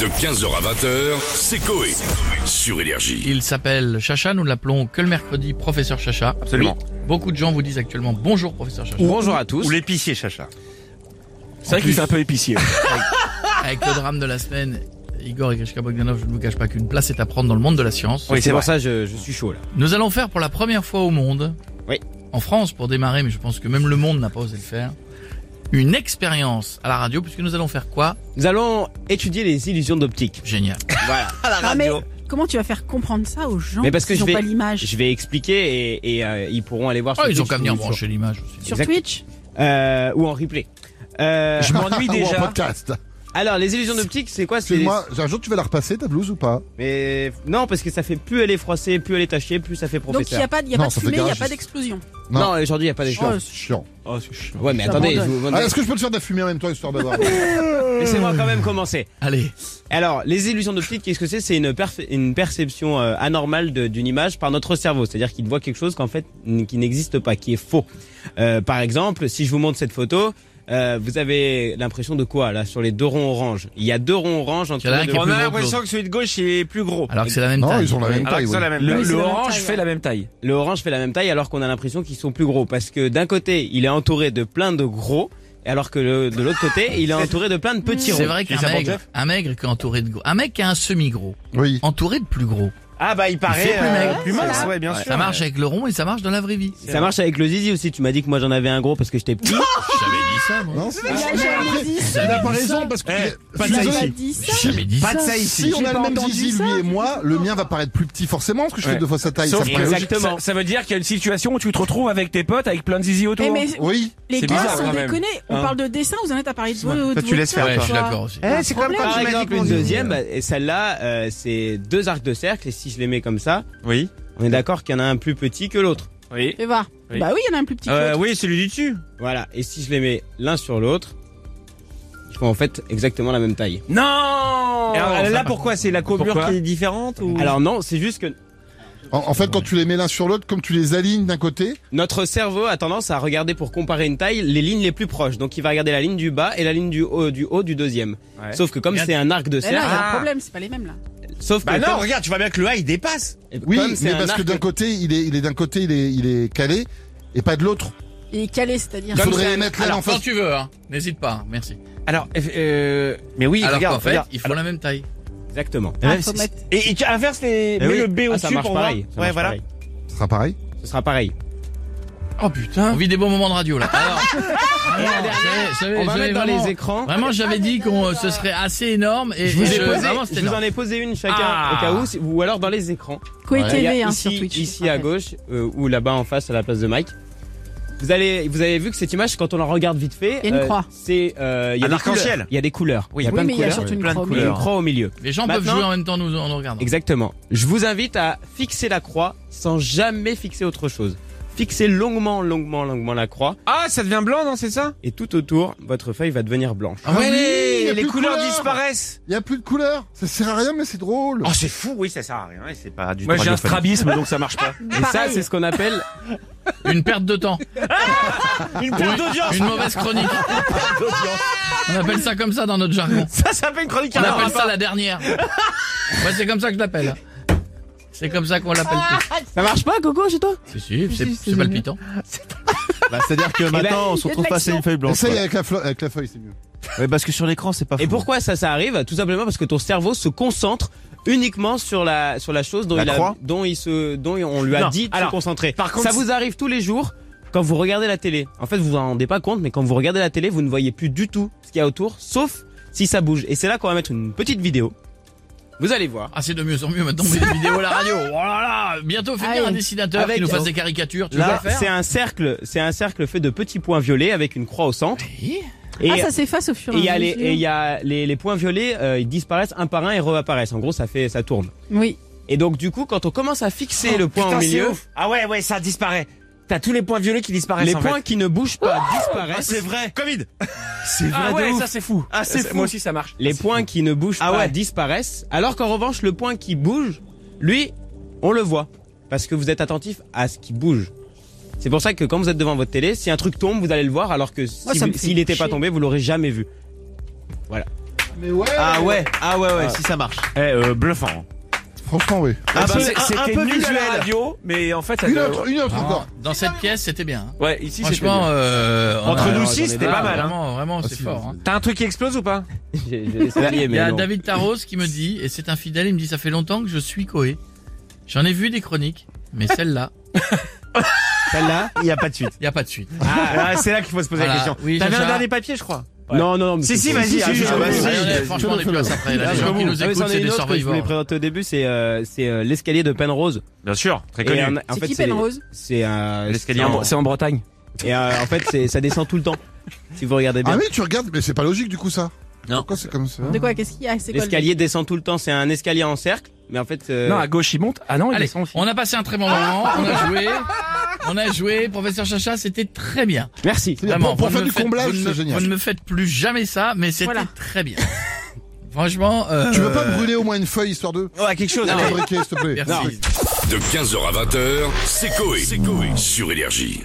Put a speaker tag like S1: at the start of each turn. S1: De 15h à 20h, c'est Coé. Sur Énergie.
S2: Il s'appelle Chacha, nous l'appelons que le mercredi professeur Chacha.
S3: Absolument.
S2: Oui, beaucoup de gens vous disent actuellement bonjour professeur Chacha.
S3: Bonjour à tous.
S4: Ou l'épicier Chacha.
S3: C'est vrai qu'il fait un peu épicier.
S2: Avec le drame de la semaine, Igor et Grishka Bogdanov, je ne vous cache pas qu'une place est à prendre dans le monde de la science.
S3: oui, c'est pour ça que je, je suis chaud là.
S2: Nous allons faire pour la première fois au monde,
S3: Oui.
S2: en France pour démarrer, mais je pense que même le monde n'a pas osé le faire, une expérience à la radio, puisque nous allons faire quoi
S3: Nous allons étudier les illusions d'optique.
S2: Génial.
S3: Voilà.
S5: Ah, mais comment tu vas faire comprendre ça aux gens
S3: Mais parce que
S5: qui
S3: je
S5: n'ont
S3: vais,
S5: pas l'image
S3: je vais expliquer et, et, euh, ils pourront aller voir.
S2: Oh,
S3: sur
S2: ils ont
S3: Twitch
S2: qu'à venir
S3: ou sur-
S2: brancher l'image aussi.
S5: Sur
S3: Exact.
S5: Twitch
S3: Euh, ou en replay. Euh,
S4: Je m'ennuie
S6: Ou en
S4: déjà.
S6: podcast.
S3: alors les illusions d'optique, c'est quoi C'est
S6: Excuse-moi, un jour tu vas la repasser ta blouse ou pas
S3: mais non parce que ça fait plus elle est froissée, plus elle est tachée, plus ça fait
S5: Donc il n'y
S3: professeur.
S5: a pas, il y a
S6: Non,
S5: pas de
S6: ça fait
S5: fumée, il n'y a
S6: garagiste.
S5: pas d'explosion.
S6: Non.
S3: Non, aujourd'hui il y a pas
S6: Chiant,
S3: d'échange.
S6: chiant.
S4: Oh, c'est chiant.
S3: Ouais, mais attendez, je
S5: J'abandonne.
S3: vous
S6: Ah, Est-ce que je peux te faire de la fumée en même temps histoire d'avoir
S3: laissez-moi quand même commencer.
S2: Allez,
S3: Alors, les illusions d'optique, qu'est-ce que c'est C'est une, perf- une perception euh, anormale de- d'une image par notre cerveau. C'est-à-dire qu'il voit quelque chose qu'en fait, n- qui n'existe pas, qui est faux. Euh, par exemple, si je vous montre cette photo, euh, vous avez l'impression de quoi là sur les deux ronds oranges Il y a deux ronds oranges entre
S2: Il y en a
S3: les
S2: un
S3: deux
S2: qui est
S3: ronds.
S4: On
S2: plus
S4: a
S2: gros que
S4: l'impression que celui de gauche est plus gros.
S2: alors que c'est la même
S6: Non,
S2: taille.
S6: ils ont la même
S4: Alors
S6: taille.
S4: que c'est
S6: ouais.
S4: la même
S5: Oui,
S4: taille.
S5: c'est la même taille, ouais.
S4: même taille.
S3: Le orange fait la même taille alors qu'on a l'impression qu'ils sont plus gros parce que d'un côté, il est entouré de plein de gros, alors que le- de l'autre côté, il est entouré de plein de petits
S2: C'est
S3: ronds.
S2: vrai qu'un
S4: ça, mon
S2: maigre,
S4: chef
S2: un maigre qui est entouré de gros, un mec qui a un semi-gros,
S6: Oui.
S2: entouré de plus gros.
S3: Ah bah, il paraît.
S2: plus
S3: euh,
S2: maigre.
S4: Plus
S5: mince,
S4: mince, ouais, bien sûr.
S2: Ça marche avec le rond et ça marche dans la vraie vie.
S3: Ça marche avec le zizi aussi. Tu m'as dit que moi j'en avais un gros parce que j'étais petit.
S2: J'avais dit ça, moi.
S6: Non, c'est-
S5: Il a jamais dit
S6: il
S5: ça.
S6: a pas raison parce que.
S4: Eh,
S6: Je
S4: pas
S6: suis
S4: de ça
S5: Il a
S6: désolé.
S5: dit ça.
S6: Si-
S2: J'avais dit
S4: Pas
S2: ça.
S4: de ça ici.
S6: Si on a le même zizi, lui et moi, le mien va paraître plus petit forcément parce que je fais
S4: Ouais.
S6: deux fois sa taille. Ça
S4: Sauf-
S6: me paraît logique.
S3: Exactement.
S4: Ça, ça veut dire qu'il y a une situation où tu te retrouves avec tes potes avec plein de zizi autour.
S5: Eh, mais
S6: Oui.
S5: les
S4: C'est
S5: gars,
S4: bizarre,
S5: sans
S4: quand même.
S5: déconner, on
S4: Hein
S5: parle de dessin, vous en êtes à parler de vos.
S4: Toi,
S5: de
S4: tu
S5: vos
S4: laisses faire,
S2: Ouais,
S5: tours,
S2: je suis
S5: quoi.
S2: d'accord aussi.
S5: Pas de
S4: c'est comme
S5: problème.
S3: Par
S4: J'ai
S3: exemple,
S4: dit
S3: une
S4: qu'on-
S3: deuxième, bah, et celle-là, euh, c'est deux arcs de cercle, et si je les mets comme ça,
S4: Oui.
S3: on est d'accord qu'il y en a un plus petit que l'autre.
S4: Oui.
S5: Fais voir.
S4: Oui.
S5: Bah oui, il y en a un plus
S3: Ah
S5: petit. que
S4: Euh,
S5: l'autre.
S4: oui, celui du dessus.
S3: Voilà, et si je les mets l'un sur l'autre, ils font en fait exactement la même taille.
S4: Non
S2: là,
S4: pourquoi C'est la courbure
S3: qui
S4: est différente ou...
S3: Alors non, c'est juste que
S6: En, en fait, quand tu les mets l'un sur l'autre, comme tu les alignes d'un côté,
S3: notre cerveau a tendance à regarder pour comparer une taille les lignes les plus proches. Donc il va regarder la ligne du bas et la ligne du haut du, haut, du deuxième.
S4: Ouais.
S3: Sauf que comme
S2: Regarde.
S3: c'est un arc de
S5: Mais là, Eh il y
S3: cercle,
S5: a
S4: Ah.
S5: un problème, c'est pas les mêmes là.
S3: sauf que
S4: Bah non,
S3: comme-
S4: regarde, tu vois bien que le A il dépasse.
S6: oui,
S3: comme c'est
S6: mais
S3: un
S6: parce que
S3: arc-
S6: d'un côté, il est, il est d'un côté, il est, il est calé et pas de l'autre.
S5: Il est calé, c'est-à-dire.
S6: Il
S3: Comme
S6: faudrait
S3: c'est
S6: les
S3: un-
S6: mettre l'un
S2: Alors,
S6: en
S2: quand
S6: face.
S2: tu veux, hein. N'hésite pas, hein. merci.
S4: Alors, euh, mais oui,
S2: Alors
S4: regarde,
S2: qu'en fait,
S4: regarde.
S2: ils font la même taille.
S3: Exactement.
S5: Ah,
S4: Ouais,
S5: faut
S4: c'est-
S5: mettre-
S4: Et, et tu inverses les,
S3: Eh
S4: mets
S3: oui.
S4: le B
S3: Ah,
S4: au-dessus
S3: ça marche
S4: pour
S3: pareil. ça
S4: voir. ouais,
S3: marche
S4: voilà.
S3: pareil.
S6: Ce sera pareil.
S3: Ce sera pareil.
S4: Oh
S2: On
S4: putain.
S2: vit des bons moments de radio là. Alors, alors, j'avais- j'avais-
S3: Hein Ah. On va
S2: j'avais
S3: mettre dans
S2: vraiment-
S3: les écrans.
S2: Vraiment, j'avais dit qu'on euh, ce serait assez énorme et
S3: Je vous,
S2: et
S3: ai posé,
S2: vraiment, c'était
S3: je vous en
S2: énorme.
S3: ai posé une chacun
S4: Ah.
S3: au cas où, si- ou alors dans les écrans.
S5: Koé
S6: Ouais.
S3: Il y
S5: TV
S3: a
S5: hein, sur
S3: ici,
S5: Twitch.
S3: ici à
S5: Arrête.
S3: gauche euh, ou là-bas en face à la place de Mike. Vous allez, vous avez vu que cette image, quand on la regarde vite fait,
S5: Il y a une croix.
S3: c'est euh, il y a
S4: Un
S3: des
S4: arc-en-ciel.
S3: couleurs. Il y a des couleurs.
S4: Oui.
S3: il y a
S5: Oui,
S3: plein
S5: mais
S3: de
S5: il y a
S3: couleurs.
S5: surtout une
S4: plein de
S5: croix. au
S3: Et une
S5: milieu.
S4: couleurs.
S3: croix au milieu.
S2: Les gens peuvent
S3: Maintenant-
S2: jouer en même temps nous en nous regardant.
S3: Exactement. Je vous invite à fixer la croix sans jamais fixer autre chose. Fixez longuement, longuement, longuement la croix
S4: Ah, ça devient blanc, non, c'est ça
S3: et tout autour, votre feuille va devenir blanche.
S2: Ah oui,
S6: y a
S4: les
S6: plus de
S4: couleurs
S6: couleurs.
S4: disparaissent.
S6: Il y a plus de couleur. Ça sert à rien, mais c'est drôle.
S4: Oh, c'est fou, oui, ça sert à rien. et C'est pas du
S7: Moi
S4: tout
S7: j'ai un
S4: radiophonique.
S7: strabisme donc ça marche pas.
S3: Et ça, c'est ce qu'on appelle
S2: Une perte de temps,
S4: Une perte d'audience.
S2: une mauvaise chronique. On appelle ça comme ça dans notre jargon.
S4: Ça, ça fait une chronique qui
S2: On
S4: a un
S2: appelle
S4: rapport.
S2: ça la dernière. Moi, c'est comme ça que je l'appelle. C'est comme ça qu'on l'appelle tous.
S3: Ça marche pas, Coco, chez toi
S2: Si, si, c'est- c'est palpitant.
S8: Bah, c'est-à-dire que maintenant, on se
S5: y a de
S8: retrouve face à
S5: l'action.
S8: une feuille blanche.
S6: Essaye
S8: quoi.
S6: avec la, flo- avec la feuille, c'est mieux.
S8: Ouais, parce que sur l'écran, c'est pas
S3: Et
S8: fou.
S3: pourquoi ça, ça arrive Tout simplement parce que ton cerveau se concentre uniquement sur la sur la chose dont
S8: La
S3: il a,
S8: croix
S3: dont il se dont on lui a
S4: Non,
S3: dit de
S4: alors,
S3: se concentrer.
S4: par contre,
S3: ça vous arrive tous les jours quand vous regardez la télé. En fait, vous vous en rendez pas compte, mais quand vous regardez la télé, vous ne voyez plus du tout ce qu'il y a autour, sauf si ça bouge. Et c'est là qu'on va mettre une petite vidéo. Vous allez voir.
S2: Ah, c'est de mieux en mieux maintenant, mais les vidéos à la radio. Oh là là, bientôt fait
S4: Ah,
S2: venir
S5: Allez.
S2: un dessinateur
S3: Avec-
S2: qui nous fasse des caricatures. Tu
S3: Là,
S2: veux le
S3: c'est
S2: faire
S3: un cercle, c'est un cercle fait de petits points violets avec une croix au centre.
S2: Oui.
S3: Et
S5: Ah, ça s'efface au fur
S3: et il
S5: et
S3: y a
S5: à
S3: les,
S5: mesure.
S3: et il y a les, les points violets, euh, ils disparaissent un par un et réapparaissent. En gros, ça fait, ça tourne.
S5: Oui.
S3: Et donc du coup, quand on commence à fixer le point
S4: Oh, Putain,
S3: au
S4: c'est
S3: milieu,
S4: ouf. Ah ouais, ouais, ça disparaît. T'as tous les points violets qui disparaissent.
S3: les
S4: en
S3: points
S4: fait.
S3: qui ne bougent pas
S4: Ah,
S3: disparaissent.
S4: c'est vrai. Covid.
S3: C'est vrai
S7: Ah
S3: de
S7: ouais,
S3: ouf.
S7: ça c'est fou.
S4: Ah, c'est
S7: Euh,
S4: fou.
S7: Moi aussi ça marche.
S3: Les points qui ne bougent
S4: Ah
S3: pas
S4: ouais.
S3: disparaissent. Alors qu'en revanche, le point qui bouge, lui, on le voit parce que vous êtes attentif à ce qui bouge. C'est pour ça que quand vous êtes devant votre télé, si un truc tombe, vous allez le voir, alors que si
S5: ça
S3: vous-
S5: me fait
S3: s'il n'était pas
S5: chier.
S3: tombé, vous l'aurez jamais vu.
S6: Mais ouais
S8: Ah ouais, ah ouais, ouais, si ça marche.
S4: Eh, euh, bluffant.
S6: Franchement, oui.
S8: Ah bah,
S4: C'est-
S8: c'est- un- un
S4: c'était
S8: peu
S4: nul à la
S8: visuel.
S4: radio, mais en fait, ça
S6: Une
S4: doit-
S6: autre, une
S2: Ah.
S6: autre encore.
S2: Dans cette pièce, c'était bien. hein.
S4: Ouais, ici, c'était
S2: Franchement,
S4: bien.
S2: euh, on
S4: Entre
S2: a-
S4: nous
S3: alors,
S4: six,
S3: j'en ai
S4: c'était
S2: Ah,
S4: pas mal. hein.
S2: Vraiment, vraiment,
S6: Ah,
S2: c'est
S6: si,
S2: fort. hein.
S4: T'as un truc qui explose ou pas
S3: J'ai j'ai essayé,
S2: Il y
S3: mais
S2: a
S3: non.
S2: David Taros qui me dit, et c'est un fidèle, il me dit, ça fait longtemps que je suis Coé. J'en ai vu des chroniques, mais celle-là,
S3: Celle-là
S8: Il n'y a pas de suite.
S2: il n'y a pas de suite.
S4: Ah, ah, c'est là qu'il faut se poser
S2: Voilà.
S4: la question.
S2: Oui,
S4: T'avais
S2: Chacha.
S4: un dernier papier, je crois.
S3: Ouais. Non, non, non. mais
S4: Si,
S3: c'est-
S4: si, vas-y. ah,
S8: si,
S4: je-
S8: ah, bah,
S4: ah,
S8: si.
S4: oui.
S2: Allez,
S6: j'ai-
S2: franchement, on est
S6: j'ai-
S2: plus à ça près. là.
S3: Ah,
S2: Les gens qui nous
S3: oui, c'en
S2: écoutent,
S3: est
S2: c'est
S3: une
S2: des
S3: autre que je voulais
S2: survivors.
S3: présenter au début, c'est euh, c'est, euh, l'escalier de Penrose.
S4: Bien sûr, très
S3: Et euh,
S4: connu.
S3: en- en
S5: C'est
S3: fait,
S5: qui
S3: c'est-
S5: Penrose
S3: C'est un.
S4: L'escalier
S3: c'est un-
S4: en- c'est en Bretagne.
S3: Et euh, en fait, c'est- ça descend tout le temps. Si vous
S2: Eh
S3: regardez bien.
S6: Ah oui, tu regardes, mais c'est pas logique du coup ça.
S3: Non.
S6: Pourquoi c'est comme ça
S5: De quoi Qu'est-ce qu'il y a C'est quoi le-
S3: L'escalier descend tout le temps. C'est un escalier en cercle, mais en fait. euh,
S4: Non, à gauche, il monte. Ah non, il
S2: Allez,
S4: descend aussi.
S2: on a passé un très bon moment, on a joué, on a joué, professeur Chacha, c'était très bien.
S3: Merci.
S6: C'est-à-dire,
S2: Vraiment,
S6: pour, pour
S2: vous
S6: faire
S2: ne
S6: du
S2: me faites-
S6: comblage,
S2: vous ne-
S6: c'est génial.
S2: Vous ne me faites plus jamais ça, mais c'était
S5: Voilà.
S2: très bien. Franchement, euh,
S6: Tu veux pas me brûler au moins une feuille histoire de
S3: Ouais, quelque chose.
S6: fabriquer, s'il te plaît
S2: Merci.
S1: De 15h à 20h, c'est Coé. Sur Énergie.